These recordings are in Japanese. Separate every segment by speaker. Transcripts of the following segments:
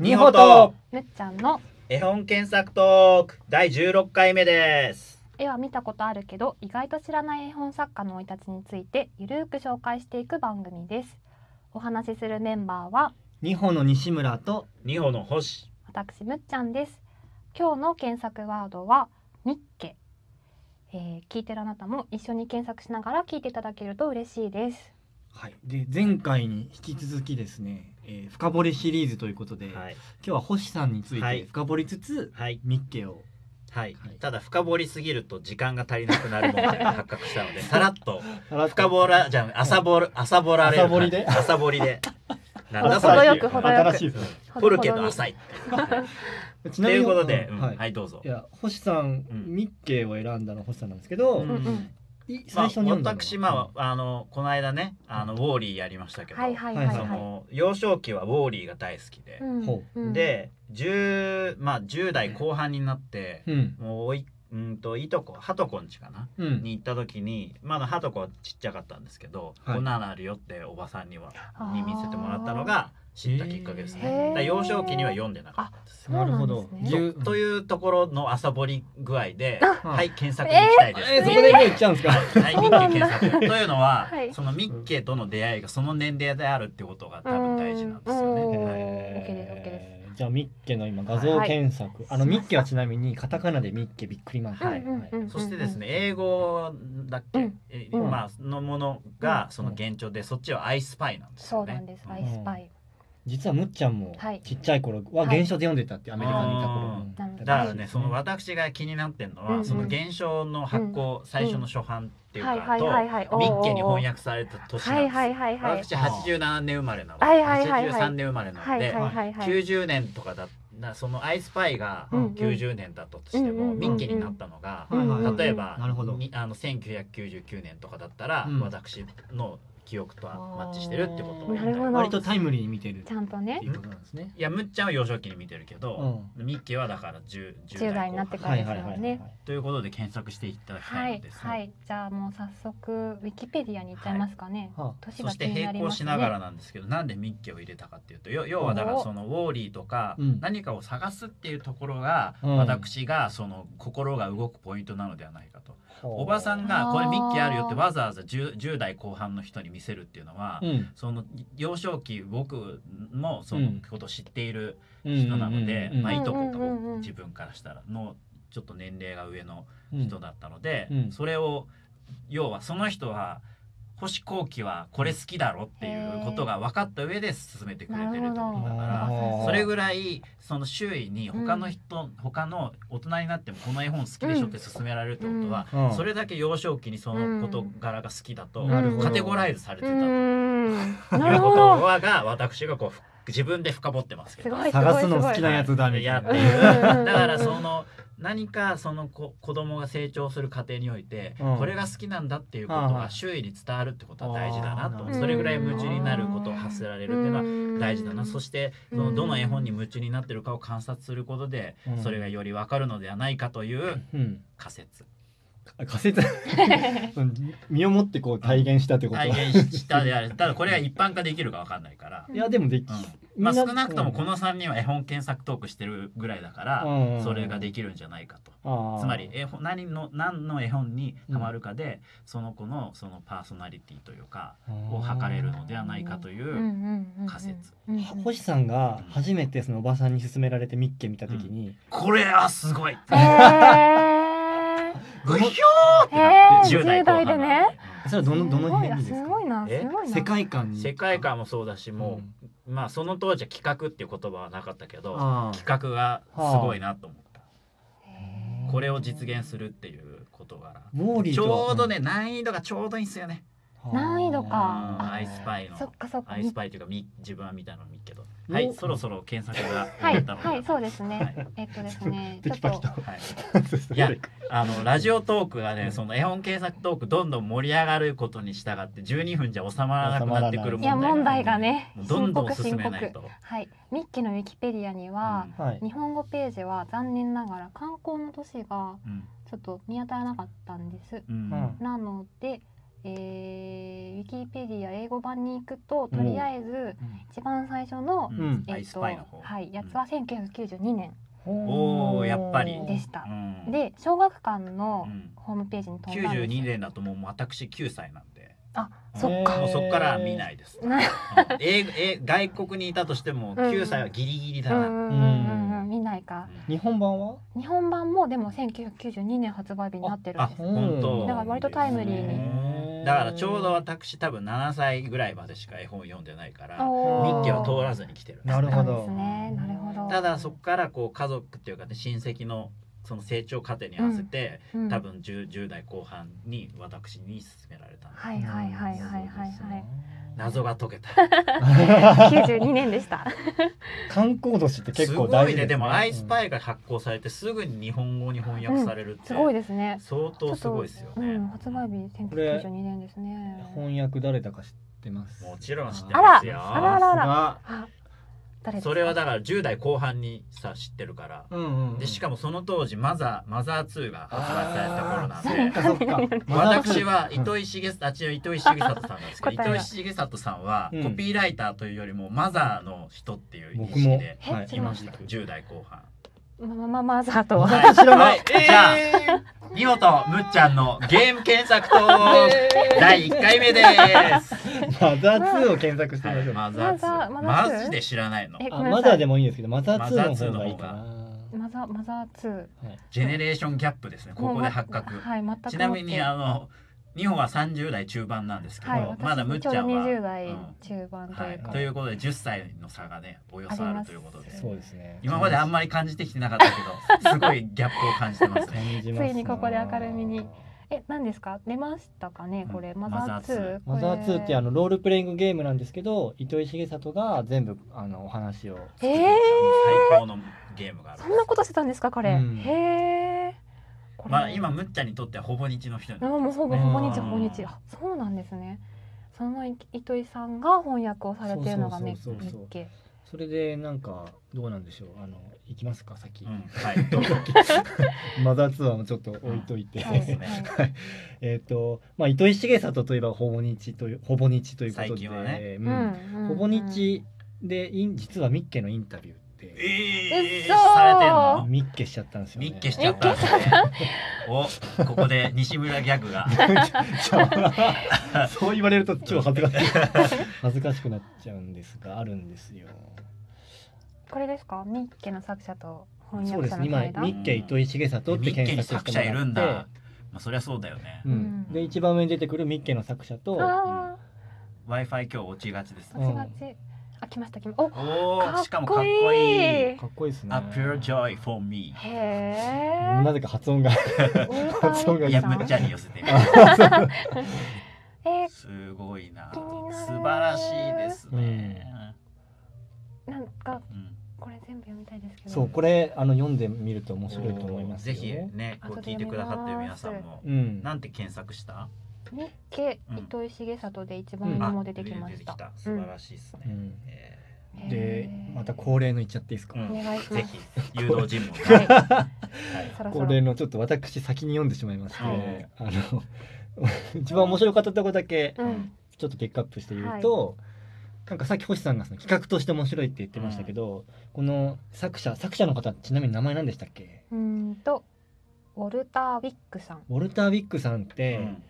Speaker 1: ニホと
Speaker 2: むっちゃんの
Speaker 1: 絵本検索トーク第16回目です
Speaker 2: 絵は見たことあるけど意外と知らない絵本作家の生い立ちについてゆるーく紹介していく番組ですお話しするメンバーは
Speaker 3: 二歩の西村と
Speaker 1: ニホの星
Speaker 2: 私むっちゃんです今日の検索ワードはニッケ、えー、聞いてるあなたも一緒に検索しながら聞いていただけると嬉しいです
Speaker 3: はい、で前回に引き続きですね、えー深掘りシリーズということで、今
Speaker 1: はい
Speaker 3: 日は星さんについ
Speaker 1: はい
Speaker 3: て深掘りつつ、
Speaker 1: はい
Speaker 3: ミッケを
Speaker 1: はい、
Speaker 3: はい
Speaker 1: ただ深掘りすぎると時間が足りなくなる問 題が発覚したのでさらっと深
Speaker 3: 深
Speaker 1: 掘らじゃん朝掘る朝掘られる
Speaker 3: 朝掘りで
Speaker 1: 朝掘りでなんだそ
Speaker 2: 程
Speaker 1: れ
Speaker 2: よく程よく
Speaker 3: 新しいですね
Speaker 1: 掘るけど
Speaker 2: い
Speaker 1: 浅いっていうはい
Speaker 3: ち
Speaker 1: ということで、うん
Speaker 3: は
Speaker 1: はいい、どうぞ
Speaker 3: いや星さん、
Speaker 1: うん
Speaker 3: ミッケを選んだのは星さんなんですけど、
Speaker 1: うん
Speaker 2: うんうん
Speaker 3: い
Speaker 1: ま
Speaker 3: 最
Speaker 1: あ
Speaker 3: 初に読んだのは
Speaker 1: 私まああのこの間ねあのウォーリーやりましたけど、
Speaker 2: はいはいはい
Speaker 3: そ
Speaker 2: は
Speaker 1: そ
Speaker 2: い、
Speaker 1: の幼少期はウォーリーが大好きで、
Speaker 2: うん
Speaker 3: ほ
Speaker 2: うん
Speaker 1: で 10,、まあ、10代後半になって、
Speaker 3: うん
Speaker 1: もうおいうんといとこはとこんちかな
Speaker 3: うん、
Speaker 1: に行った時にまだはとこはちっちゃかったんですけど、
Speaker 3: はい
Speaker 1: こんなのあるよっておばさんには
Speaker 2: あー
Speaker 1: に見せてもらったのが知ったきっかけです
Speaker 2: へ
Speaker 1: ね。
Speaker 2: ー
Speaker 1: だから幼少期には読んでなかったんですよ。
Speaker 3: なるほ
Speaker 2: そ
Speaker 3: ど
Speaker 2: うなんですね
Speaker 3: 牛
Speaker 1: と
Speaker 3: う
Speaker 1: いうところの朝掘り具合で、
Speaker 3: あ
Speaker 1: はい、検索に行きたいです。
Speaker 3: えーそこでもう行っちゃうんですか
Speaker 1: はい、ミッケ検索。というのは、
Speaker 2: はい
Speaker 1: そのミッケとの出会いがその年齢であるってことが多分大事なんですよ
Speaker 2: うん
Speaker 1: ね。
Speaker 2: うん
Speaker 1: はい
Speaker 3: えー
Speaker 2: OK です OK で
Speaker 3: じゃあミッケの今画像検索、あのミッケはちなみにカタカナでミッケびっくりマーク、
Speaker 1: はい
Speaker 2: うんうんうん
Speaker 1: そしてですね、英語だっけ、
Speaker 2: うん
Speaker 1: え
Speaker 3: うん
Speaker 1: まあそのもの
Speaker 3: うん
Speaker 1: がその現状で、そっちはアイスパイなんです
Speaker 2: そ
Speaker 1: よ
Speaker 2: う
Speaker 1: ね。
Speaker 2: なんです、
Speaker 1: う
Speaker 2: アイスパイ
Speaker 3: 実はむっちゃんも
Speaker 2: はい
Speaker 3: ちっちゃい頃は原書で読んでたってアメリカにいた頃
Speaker 1: うん
Speaker 2: なので
Speaker 1: だからね、その私が気になってるのは、
Speaker 2: うんうん
Speaker 1: その現象の発行、最初の初版っていうか、
Speaker 2: はいはいはいはい
Speaker 1: と、ミッケに翻訳された年なん
Speaker 2: は
Speaker 1: で
Speaker 2: い
Speaker 1: す。
Speaker 2: はいはいはい
Speaker 1: 私87年生まれなので、
Speaker 2: はいはいはいはい
Speaker 1: 83年生まれな
Speaker 2: は
Speaker 1: の
Speaker 2: いは
Speaker 1: で、
Speaker 2: いはいはい
Speaker 1: 90年とかだなそのアイスパイが
Speaker 3: うん
Speaker 2: うん
Speaker 1: 90年だったとして
Speaker 2: うんうん
Speaker 1: も、
Speaker 2: うん
Speaker 1: ミッケになったの
Speaker 3: は
Speaker 1: が、
Speaker 3: いはいはい
Speaker 1: 例えば、
Speaker 3: なるほど
Speaker 1: にあの1999年とかだったら、
Speaker 3: うん
Speaker 1: 私の記憶とはマッチしてるってことを言い
Speaker 2: な
Speaker 1: たい
Speaker 2: るほど
Speaker 3: 割とタイムリーに見てるっ
Speaker 2: ちゃんとね
Speaker 3: ていうことなんですね。
Speaker 1: いやむっちゃんは幼少期に見てるけど、
Speaker 3: う
Speaker 1: ミッケはだから 10, 10
Speaker 2: 10代
Speaker 1: 代
Speaker 2: に
Speaker 1: 後
Speaker 2: な
Speaker 1: 半
Speaker 2: ってから
Speaker 3: はいはいはいはいはい。
Speaker 1: ということで検索していただき
Speaker 2: は
Speaker 1: たいん
Speaker 2: い
Speaker 1: です、
Speaker 2: はいじゃあもう早速ウィキペディアに行っちゃいますかね、
Speaker 3: は
Speaker 2: 年
Speaker 1: そ
Speaker 2: が
Speaker 1: し
Speaker 2: 気
Speaker 1: て
Speaker 2: にな
Speaker 1: 並
Speaker 2: り
Speaker 1: 行
Speaker 2: ます
Speaker 1: し
Speaker 2: ね
Speaker 1: ながらなんですけど、なんでミッケを入れたかっていうと要要はだからそのウォーリーとか
Speaker 3: うん
Speaker 1: 何かを探すっていうところが、
Speaker 3: うん
Speaker 1: 私がその心が動くポイントなのではないかと、
Speaker 3: あ
Speaker 1: おばさん
Speaker 2: あ
Speaker 1: が
Speaker 2: ー
Speaker 1: これミッケあるよってわざわざ 10, 10代後半の人に見せるっていうのは、
Speaker 3: うん
Speaker 1: その幼少期僕もそうの
Speaker 3: ん
Speaker 1: ことを知っている
Speaker 3: うん
Speaker 1: 人なので、まあ、
Speaker 2: うん
Speaker 1: いとこが
Speaker 2: うんうんうん
Speaker 1: 僕自分からしたらのちょっと年齢が上の
Speaker 3: うん
Speaker 1: 人だったので、
Speaker 3: うん
Speaker 1: それを要はその人は星光輝はこれ好きだろっていうことが分かった上で進めてくれてるってことだ
Speaker 3: なる
Speaker 1: か
Speaker 3: ほ
Speaker 1: ら
Speaker 3: ど
Speaker 1: それぐらいその周囲に他の人、他の大人になってもこの絵本好きでしょって勧められるってことは、
Speaker 3: うんうん
Speaker 1: それだけ幼少期にその事柄が好きだと
Speaker 3: な
Speaker 2: るほど
Speaker 1: カテゴライズされて
Speaker 2: う
Speaker 1: たという
Speaker 2: ーん
Speaker 1: こ
Speaker 2: なるほ
Speaker 1: と
Speaker 2: ど
Speaker 1: はが私がこうふ自分で深掘ってますけ
Speaker 2: す
Speaker 1: ど。
Speaker 2: ごいすごい
Speaker 3: 探すの好きなやつだみたいな
Speaker 1: やっ。
Speaker 2: う
Speaker 1: てい
Speaker 2: ん
Speaker 1: う
Speaker 2: うんうん
Speaker 1: だからその何かその子子供が成長する過程において、
Speaker 3: うん
Speaker 1: これが好きなんだっていうこと
Speaker 3: はいは
Speaker 1: が
Speaker 3: い
Speaker 1: 周囲に伝わるってことは大事だなと
Speaker 3: あー
Speaker 1: それぐらい夢中になることを発せられるっていうのは大事だなそ
Speaker 2: して
Speaker 1: してそのどの絵本に夢中になってるかを観察することで
Speaker 3: うん
Speaker 1: それがより分かるのではないかという
Speaker 3: うん
Speaker 1: 仮説
Speaker 3: か仮 説うん身をもってこう体現したってこと。
Speaker 1: 体現したであるただこれが一般化できるか分かんないから、
Speaker 3: いやでもでき
Speaker 1: うん、まあ
Speaker 3: み
Speaker 1: 少なくともこ
Speaker 3: の
Speaker 1: の3人は絵本検索トークしてるぐらいだからそれができるんじゃないかと。つまり絵本何の何の絵本にハマるかで、その子のそのパーソナリティというかを測れるのではないかという、仮説
Speaker 3: 星さんが初めてそのおばさんに勧められてミッケ見たときに、
Speaker 1: これはすごい
Speaker 2: えー
Speaker 1: うひょーって
Speaker 2: え
Speaker 1: な
Speaker 2: ー
Speaker 1: って10代後半な
Speaker 2: 10代で
Speaker 1: ん
Speaker 2: ね
Speaker 3: それはどのどの辺にですすか
Speaker 2: ごいなす
Speaker 1: え
Speaker 2: ごいな
Speaker 3: 世界観に
Speaker 1: 世界観もそうだしもう、まあその当時は企画っていう言葉はなかったけど
Speaker 3: あー
Speaker 1: 企画がすごいなと思った、
Speaker 2: へー
Speaker 1: これを実現するっていう事柄
Speaker 3: ウォーリー
Speaker 1: ち
Speaker 3: とは
Speaker 1: ょうどね難易度がちょうどいいんですよね
Speaker 2: 難易度か
Speaker 1: うんアイスパイの
Speaker 2: そっかそっか
Speaker 1: アイスパイというかみ自分は見たの見っけど
Speaker 3: お
Speaker 1: はいそろそろ検索が
Speaker 2: は
Speaker 1: 終わ
Speaker 2: い
Speaker 1: ったので
Speaker 2: はいそうですね
Speaker 1: はい
Speaker 2: えっとですね
Speaker 3: テ
Speaker 2: ちょっ
Speaker 3: キパキ
Speaker 2: と
Speaker 3: と
Speaker 1: はい
Speaker 3: い
Speaker 1: いやあのラジオトークが
Speaker 3: う
Speaker 1: ね
Speaker 3: ん
Speaker 1: その絵本検索トークどんどん盛り上がることに従って12分じゃ収まらなくなってくる
Speaker 2: いや問
Speaker 1: 問
Speaker 2: 題
Speaker 1: 題
Speaker 2: が
Speaker 1: が
Speaker 2: ね
Speaker 1: もうど
Speaker 2: 深
Speaker 1: んど
Speaker 2: 刻
Speaker 1: ん進
Speaker 2: 深
Speaker 1: めない
Speaker 2: 刻
Speaker 1: と。
Speaker 2: はいミッキーのウィキペディアには
Speaker 3: はい
Speaker 2: 日本語ページは残念ながら観光の都市が
Speaker 1: うん
Speaker 2: ちょっと見当たらなかったんです
Speaker 1: うん
Speaker 3: うん
Speaker 2: なので、えー、ウィキペディア英語版に行くととりあえず一番最初の、
Speaker 4: う
Speaker 1: う
Speaker 4: んん、
Speaker 2: え
Speaker 1: アイ
Speaker 2: っ
Speaker 1: ス
Speaker 2: と
Speaker 1: パイの方、
Speaker 2: はい、やつは1992年、
Speaker 1: おおやっぱり
Speaker 2: でした
Speaker 1: うん、
Speaker 2: で小学館
Speaker 1: う
Speaker 2: の
Speaker 1: ん、
Speaker 2: ホームページに飛んだんです
Speaker 1: 92年だともう私9歳なんで
Speaker 2: あ
Speaker 1: うん
Speaker 2: そっか
Speaker 1: もうそっから見ないです、う
Speaker 2: な
Speaker 1: ん英語英外国にいたとしても
Speaker 2: うん
Speaker 1: 9歳はギリギリだ
Speaker 2: う
Speaker 1: な、
Speaker 2: んうんうんうんうん見ないか
Speaker 1: うん
Speaker 3: 日本版は
Speaker 2: 日本版もでも1992年発売日になってる
Speaker 1: あ
Speaker 2: んです
Speaker 1: 本当
Speaker 2: だから割とタイムリーに
Speaker 1: うんだからちょうど私多分7歳ぐらいまでしか絵本読んでないから
Speaker 2: おー
Speaker 1: 日記を通らずに来てるんです
Speaker 3: なるほ
Speaker 2: そう
Speaker 3: ど
Speaker 2: ですねなるほど
Speaker 1: ただそこからこう家族っていうかね親戚のその成長過程に合わせて、
Speaker 2: うん
Speaker 1: 多分 10, 10代後半に私に勧められたんで
Speaker 2: はいはいはいはいはいはい
Speaker 1: 謎が解けた
Speaker 2: 92年でした。
Speaker 3: 観光年って
Speaker 1: す
Speaker 3: 結
Speaker 1: ご
Speaker 3: 構
Speaker 1: い
Speaker 3: 大
Speaker 1: ね
Speaker 3: 事
Speaker 1: でも「アイスパ
Speaker 3: イ
Speaker 1: イ」が発行されてすぐに日本語に翻訳されるって、
Speaker 2: すごいですね。
Speaker 1: 相当すごいですよね、
Speaker 2: うん、発売日1992年ですね。
Speaker 3: 翻訳誰だか知ってます
Speaker 1: もちろん知って
Speaker 2: あら
Speaker 1: ますよ
Speaker 2: あらあらあら。
Speaker 4: が
Speaker 2: あ、誰ですか
Speaker 1: それはだから10代後半にさ知ってるから、
Speaker 4: うんうん
Speaker 1: でしかもその当時マザーマザー2が発売された頃なんで
Speaker 4: そっかそっか
Speaker 1: 私は糸井重里あ違う糸井重里さんなんですけど
Speaker 2: 答え
Speaker 1: 糸
Speaker 2: は
Speaker 1: 井重里さんは
Speaker 3: うん
Speaker 1: コピーライターというよりもマザーの人っていう認
Speaker 3: 僕
Speaker 1: 識
Speaker 3: も
Speaker 1: で
Speaker 2: え
Speaker 3: はい
Speaker 2: 違
Speaker 1: い
Speaker 2: い
Speaker 1: ま
Speaker 2: ま
Speaker 1: し
Speaker 2: したた
Speaker 1: 10代後半
Speaker 2: ママママザーとは。
Speaker 1: はい
Speaker 3: 知らない
Speaker 1: はいじゃあ見事むっちゃんのゲーム検索と第1回 目です
Speaker 3: マザー2を検索してみましょう
Speaker 1: マザー2
Speaker 2: マザーマザー
Speaker 1: マジで知らないの
Speaker 2: え
Speaker 3: あマザーでもいいんですけどマザー2の方がいいかな
Speaker 1: マ
Speaker 2: マザーマザー2。
Speaker 1: ジェネレーションギャップですねここで発覚
Speaker 2: もうまはい、全くもって。
Speaker 1: ちなみにあの日本は30代中盤なんですけど、
Speaker 2: はい、私
Speaker 1: まだむっちゃんは
Speaker 2: ちょうど20代
Speaker 1: うん
Speaker 2: 中盤と
Speaker 1: は
Speaker 2: いう
Speaker 1: い
Speaker 2: か。、
Speaker 1: ということで10歳の差がねおよそあるということで
Speaker 2: あります
Speaker 3: そうですね
Speaker 1: 今まであんまり感じてきてなかったけど すごいギャップを感じてます
Speaker 3: 感
Speaker 1: ね。
Speaker 3: じますな
Speaker 2: ついにここで明るみにえ、何ですか出ましたかねこれ、
Speaker 1: うん
Speaker 2: マザ
Speaker 1: マ
Speaker 2: ー
Speaker 1: ザー
Speaker 2: 2。
Speaker 3: マザー2ってあ
Speaker 2: の。
Speaker 3: のロールプレイングゲームなんですけど糸井重里が全部あのお話を
Speaker 2: え
Speaker 1: 最
Speaker 2: ー、
Speaker 1: 高のゲームがある
Speaker 2: そんなことしてたんですかこ
Speaker 3: う
Speaker 2: れ。
Speaker 3: ん
Speaker 2: へえ。これ
Speaker 1: まあ今むっちゃんにとってはほぼ日の人に
Speaker 2: あ
Speaker 1: な
Speaker 2: もうほぼ
Speaker 3: うん
Speaker 2: ほぼ日ほぼ日あそうなんですねそのい糸井さんが翻訳をされてるのがめっ
Speaker 3: そうそうそうそう
Speaker 2: け
Speaker 3: それでなんかどうなんでしょうあの行きますか先、
Speaker 1: うんはいどうぞ
Speaker 3: マザー2はもうちょっと置いといて、
Speaker 2: はい
Speaker 1: そうですね
Speaker 2: は
Speaker 3: えっとまあ糸井重里といえばほぼ日というほぼ日ということで
Speaker 1: 最近はね
Speaker 3: う
Speaker 2: うんんうん
Speaker 3: ほぼ日でイン実はミッケのインタビューって
Speaker 1: えー、
Speaker 2: 嘘ー
Speaker 1: されてんの
Speaker 3: ミッケしちゃったんですよね
Speaker 1: ミッケしちゃったんですね おここで西村ギャグが
Speaker 3: そう言われると超恥ずかしい恥ずかしくなっちゃうんですがあるんですよ。
Speaker 2: これですかミッケの作者と翻
Speaker 3: そう
Speaker 2: 訳
Speaker 3: です
Speaker 2: 者の
Speaker 3: ね今
Speaker 2: 対談
Speaker 3: ミッケ糸井重里って
Speaker 1: ミッケに
Speaker 3: 検
Speaker 1: 作
Speaker 3: 索
Speaker 1: 者
Speaker 3: して
Speaker 1: い
Speaker 3: も
Speaker 1: る
Speaker 3: ら
Speaker 1: ん
Speaker 3: って、
Speaker 1: だまあそりゃそうだよね
Speaker 3: う、ん、で一番上に出てくるミッケの作者と
Speaker 2: あ
Speaker 1: w i f i 今日落ちがちです
Speaker 2: あ
Speaker 1: ね、
Speaker 3: うん
Speaker 2: 落ちがちあ来ました来ましたおか
Speaker 1: おおしか
Speaker 2: っ
Speaker 1: もかっ
Speaker 2: こ
Speaker 1: こいい
Speaker 2: いい
Speaker 3: かっこいいですね。
Speaker 1: A pure joy for me
Speaker 2: へえ
Speaker 3: なぜか発音が発音が
Speaker 1: いやむっちゃんに寄せ てみる
Speaker 2: え
Speaker 1: すごいな
Speaker 2: 気になる
Speaker 1: 素晴らしいですね、
Speaker 2: ーなんか
Speaker 1: うん
Speaker 2: これ全部読みたいですけど
Speaker 3: そうこれあの読んでみると面白いと思いますよ。
Speaker 1: ぜひねこう聞いてくださってる皆さんも
Speaker 3: うん。
Speaker 1: なんて検索した
Speaker 2: ミッケ
Speaker 1: うん
Speaker 2: 糸井重里で一番上も出てきました,、
Speaker 1: あ出てき素晴らしいです
Speaker 3: う
Speaker 1: ね、
Speaker 3: ん
Speaker 1: え
Speaker 2: へー
Speaker 3: でまた恒例の言っちゃっていいですか。
Speaker 1: う
Speaker 2: お
Speaker 1: ん
Speaker 2: 願いし
Speaker 1: ー
Speaker 2: ま
Speaker 1: ぜ
Speaker 2: す
Speaker 1: ひ誘導尋問
Speaker 2: はい
Speaker 1: は
Speaker 2: そろそ
Speaker 3: 恒
Speaker 2: ろ
Speaker 3: 例のちょっと私先に読んでしまいまして、
Speaker 1: はい
Speaker 3: あの 一番面白かったとこだけ
Speaker 2: うん
Speaker 3: ちょっとピックアップして言うと、なんかさっき星さんがその企画として面白いって言ってましたけど、この作者作者の方ちなみに名前何でしたっけ
Speaker 2: うーんとウォルター・ウィックさん。
Speaker 3: ウォルター・ウィックさんっ
Speaker 1: い
Speaker 3: て、
Speaker 1: うん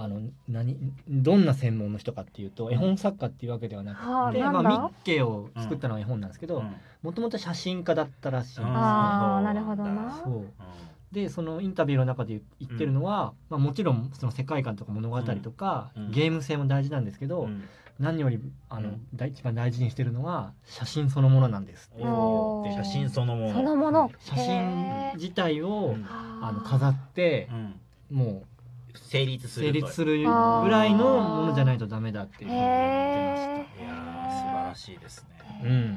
Speaker 3: あの何どんな専門の人かっていうと絵本作家っていうわけではなく
Speaker 2: はあ、
Speaker 3: て、
Speaker 2: なんだ。
Speaker 3: まあ、ミッケを作ったのは絵本なんですけ
Speaker 1: う
Speaker 3: ど
Speaker 1: ん
Speaker 3: もともと写真家だったらしいんですね。
Speaker 2: あー
Speaker 1: うん
Speaker 2: なるほどな
Speaker 1: そ
Speaker 3: そうでそのインタビューの中で言ってるのは、まあ、もちろんその世界観とか物語とか、
Speaker 1: うんうん
Speaker 3: ゲーム性も大事なんですけど、
Speaker 1: ううん
Speaker 3: 何よりあの、
Speaker 1: うん
Speaker 3: 大一番大事にしてるのは写真そのものなんですって
Speaker 1: お
Speaker 2: お
Speaker 1: ー
Speaker 2: ー
Speaker 1: 写真そのもの
Speaker 2: そのもの。
Speaker 3: 写真
Speaker 2: へー
Speaker 3: 自体を、
Speaker 1: うん
Speaker 3: あの飾って
Speaker 1: う、ん
Speaker 3: も
Speaker 1: 成立
Speaker 3: う
Speaker 1: する
Speaker 3: 成
Speaker 1: と
Speaker 3: 立するぐ
Speaker 2: あ
Speaker 1: ー
Speaker 3: らいのものじゃないとダメだっていうふうに言ってまし
Speaker 1: いやー素晴らしいですね
Speaker 3: た。うんうんうんうん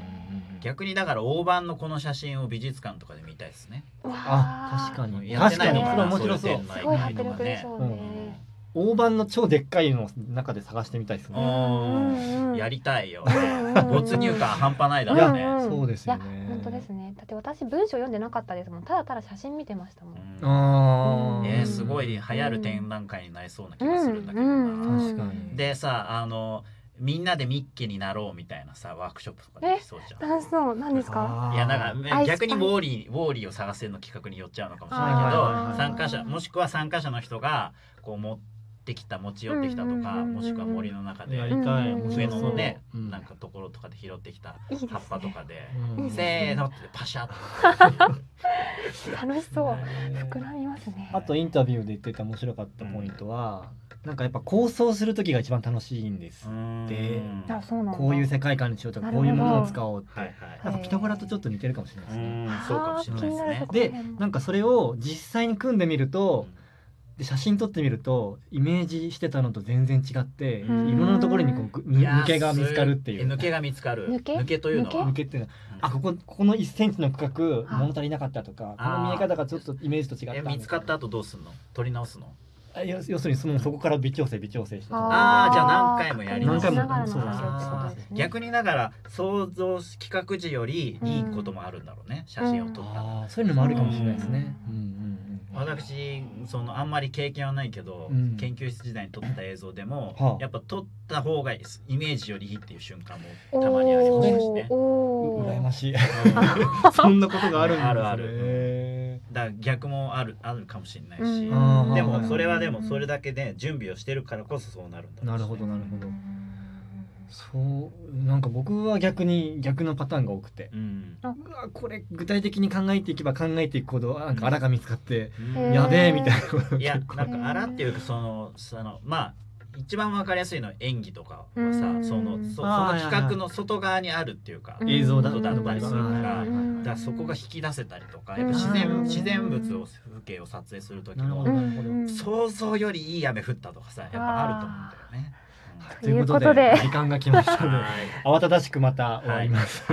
Speaker 1: 逆にだから大判のこの写真を美術館とかで見たいですね。
Speaker 3: あ確か
Speaker 2: に。
Speaker 3: に
Speaker 1: やっ
Speaker 3: 確か
Speaker 1: てな
Speaker 3: に
Speaker 1: いの
Speaker 3: こ
Speaker 1: か
Speaker 3: れ
Speaker 1: な
Speaker 3: 面白そう
Speaker 1: そういう展
Speaker 2: す
Speaker 1: 開
Speaker 2: ごい迫力でし
Speaker 1: う
Speaker 2: ょ
Speaker 1: ん
Speaker 2: うね。
Speaker 3: 大判の超でっかいの中で探してみたいですね。
Speaker 2: うんうん
Speaker 1: やりたいよ
Speaker 2: ん
Speaker 1: ね。
Speaker 2: うん
Speaker 1: 没入感半端ないだ
Speaker 3: い
Speaker 1: ろ
Speaker 3: や
Speaker 1: うね。うん
Speaker 3: そうですよね
Speaker 2: いや本当ですね。だって私文章読んでなかったですもん。ただただ写真見てましたもん。
Speaker 3: ああ、
Speaker 1: ね、す
Speaker 3: い。
Speaker 1: ごい流行る展覧会になりそうな気がするんだけど
Speaker 2: うん
Speaker 1: な。
Speaker 3: 確かに。
Speaker 1: でさあのみんなでミッケになろうみたいなさワークショップとかできそうじゃん。
Speaker 2: 楽しそうなんですか？
Speaker 1: いやなん
Speaker 2: ア
Speaker 1: か
Speaker 2: イスパイ
Speaker 1: 逆にウォーリーウォーリーを探せるの企画によっちゃうのかもしれ
Speaker 3: あ
Speaker 1: な
Speaker 3: ー
Speaker 1: いけど参加者もしくは参加者の人がこう持ってきた持ち寄ってきたと
Speaker 2: うんうん
Speaker 1: か
Speaker 2: うんうん
Speaker 1: もしくは森の中で
Speaker 3: や
Speaker 2: う
Speaker 3: り
Speaker 2: ん
Speaker 3: たい。
Speaker 2: うん
Speaker 3: 面
Speaker 1: 上
Speaker 3: 白
Speaker 1: 野
Speaker 3: そう
Speaker 1: のね
Speaker 3: うん
Speaker 1: なんかところとかで拾ってきた
Speaker 2: いいです
Speaker 1: 葉っぱと
Speaker 2: ね。
Speaker 1: かで
Speaker 3: うん
Speaker 1: せーのってパシャッと
Speaker 2: 楽しそう。
Speaker 3: ね
Speaker 2: 膨らみますね。
Speaker 3: あとインタビューで言ってた面白かったポイントは、なんかやっぱ構想する時が一番楽しいんです。
Speaker 1: うん
Speaker 2: あそうなんだ。
Speaker 3: こういう世界観にしようとか
Speaker 2: なる
Speaker 3: こ
Speaker 2: ほ
Speaker 3: うい
Speaker 2: ど
Speaker 3: うものを使おうって、
Speaker 1: はい
Speaker 3: な
Speaker 1: は
Speaker 3: んかピタゴラとちょっと似てるかもしれないで
Speaker 1: い。う
Speaker 3: すね。
Speaker 1: んそうかもしれないです
Speaker 2: あー気になる
Speaker 1: ね
Speaker 2: とこ。
Speaker 3: で
Speaker 2: うん
Speaker 3: なんかそれを実際に組んでみるとで写真撮ってみるとイメージしてたのと全然違っていろ
Speaker 2: うん
Speaker 3: んなところにこうぐ
Speaker 1: うんいやー
Speaker 3: 抜けが見つかるっていう
Speaker 1: 抜けが見つかる。
Speaker 2: 抜け
Speaker 1: 抜けというのは
Speaker 3: 抜。けっていうのはあここここの1センチの区画物足りなかったとかこ
Speaker 1: あー
Speaker 3: の見え方がちょっとイメージと違った
Speaker 1: え
Speaker 3: みいな
Speaker 1: 見つかった後どうすんの？取り直すの？
Speaker 3: あ要要するにそのそこから微調整微調整してとか
Speaker 1: あーじゃあ何回もやり
Speaker 3: 直す
Speaker 2: 確認しながらの
Speaker 1: あ
Speaker 2: 作業ってこと
Speaker 1: ー
Speaker 2: ですね。
Speaker 1: 逆にだから想像し企画時よりいいこともあるんだろうね。写真を撮ったら。
Speaker 3: あーそういうのもあるかもしれないですね。うんうんうん
Speaker 1: 私そのあんまり経験はないけど、
Speaker 3: うん
Speaker 1: 研究室時代に撮った映像でも、
Speaker 3: はあ
Speaker 1: やっぱ撮った方がイメージよりいいっていう瞬間もたまにありますね。
Speaker 2: おお。
Speaker 3: 羨ま しい。
Speaker 1: うん
Speaker 3: そんなことがあるんですね。
Speaker 1: あるある
Speaker 3: へ
Speaker 1: だから逆もあるあるかもしれないし、
Speaker 2: うん
Speaker 3: あーはいは
Speaker 1: で
Speaker 3: い
Speaker 1: も
Speaker 3: はい
Speaker 1: それはでもそれだけで準備をしてるからこそそうなるんだ
Speaker 3: ー。なるほど
Speaker 1: ど
Speaker 3: なるほど。そうなんか僕は逆に逆のパターンが多くて。
Speaker 1: うん、
Speaker 3: うわこれ具体的に考えていけば考えていくほどあなんか荒が見つかって、
Speaker 2: うん
Speaker 3: やべえみたいな ことが
Speaker 1: いや
Speaker 3: 結構
Speaker 1: なんかあらっていうかそのそのまあ一番わかりやすいのは演技とかは
Speaker 2: う
Speaker 1: さ
Speaker 2: ん
Speaker 1: そのそそ
Speaker 3: あ
Speaker 1: の
Speaker 3: ー
Speaker 1: 企画の外側にあるっていうか
Speaker 2: うん
Speaker 3: 映像だ
Speaker 1: ことだったりするから
Speaker 2: うん
Speaker 1: だからそこが引き出せたりとかやっぱ自
Speaker 2: う
Speaker 1: 然
Speaker 2: ん
Speaker 1: 自然物を風景を撮影する時
Speaker 3: なるほ
Speaker 1: の
Speaker 3: ど
Speaker 2: うん
Speaker 3: なるほど。
Speaker 2: うん
Speaker 1: 想像よりいい雨降ったとかさやっぱあると思うんだよね。
Speaker 3: ということ
Speaker 2: ということ
Speaker 3: で
Speaker 2: で
Speaker 3: 時間が来ました
Speaker 1: うん
Speaker 3: ので
Speaker 1: はい
Speaker 3: 慌ただしくまた終わります。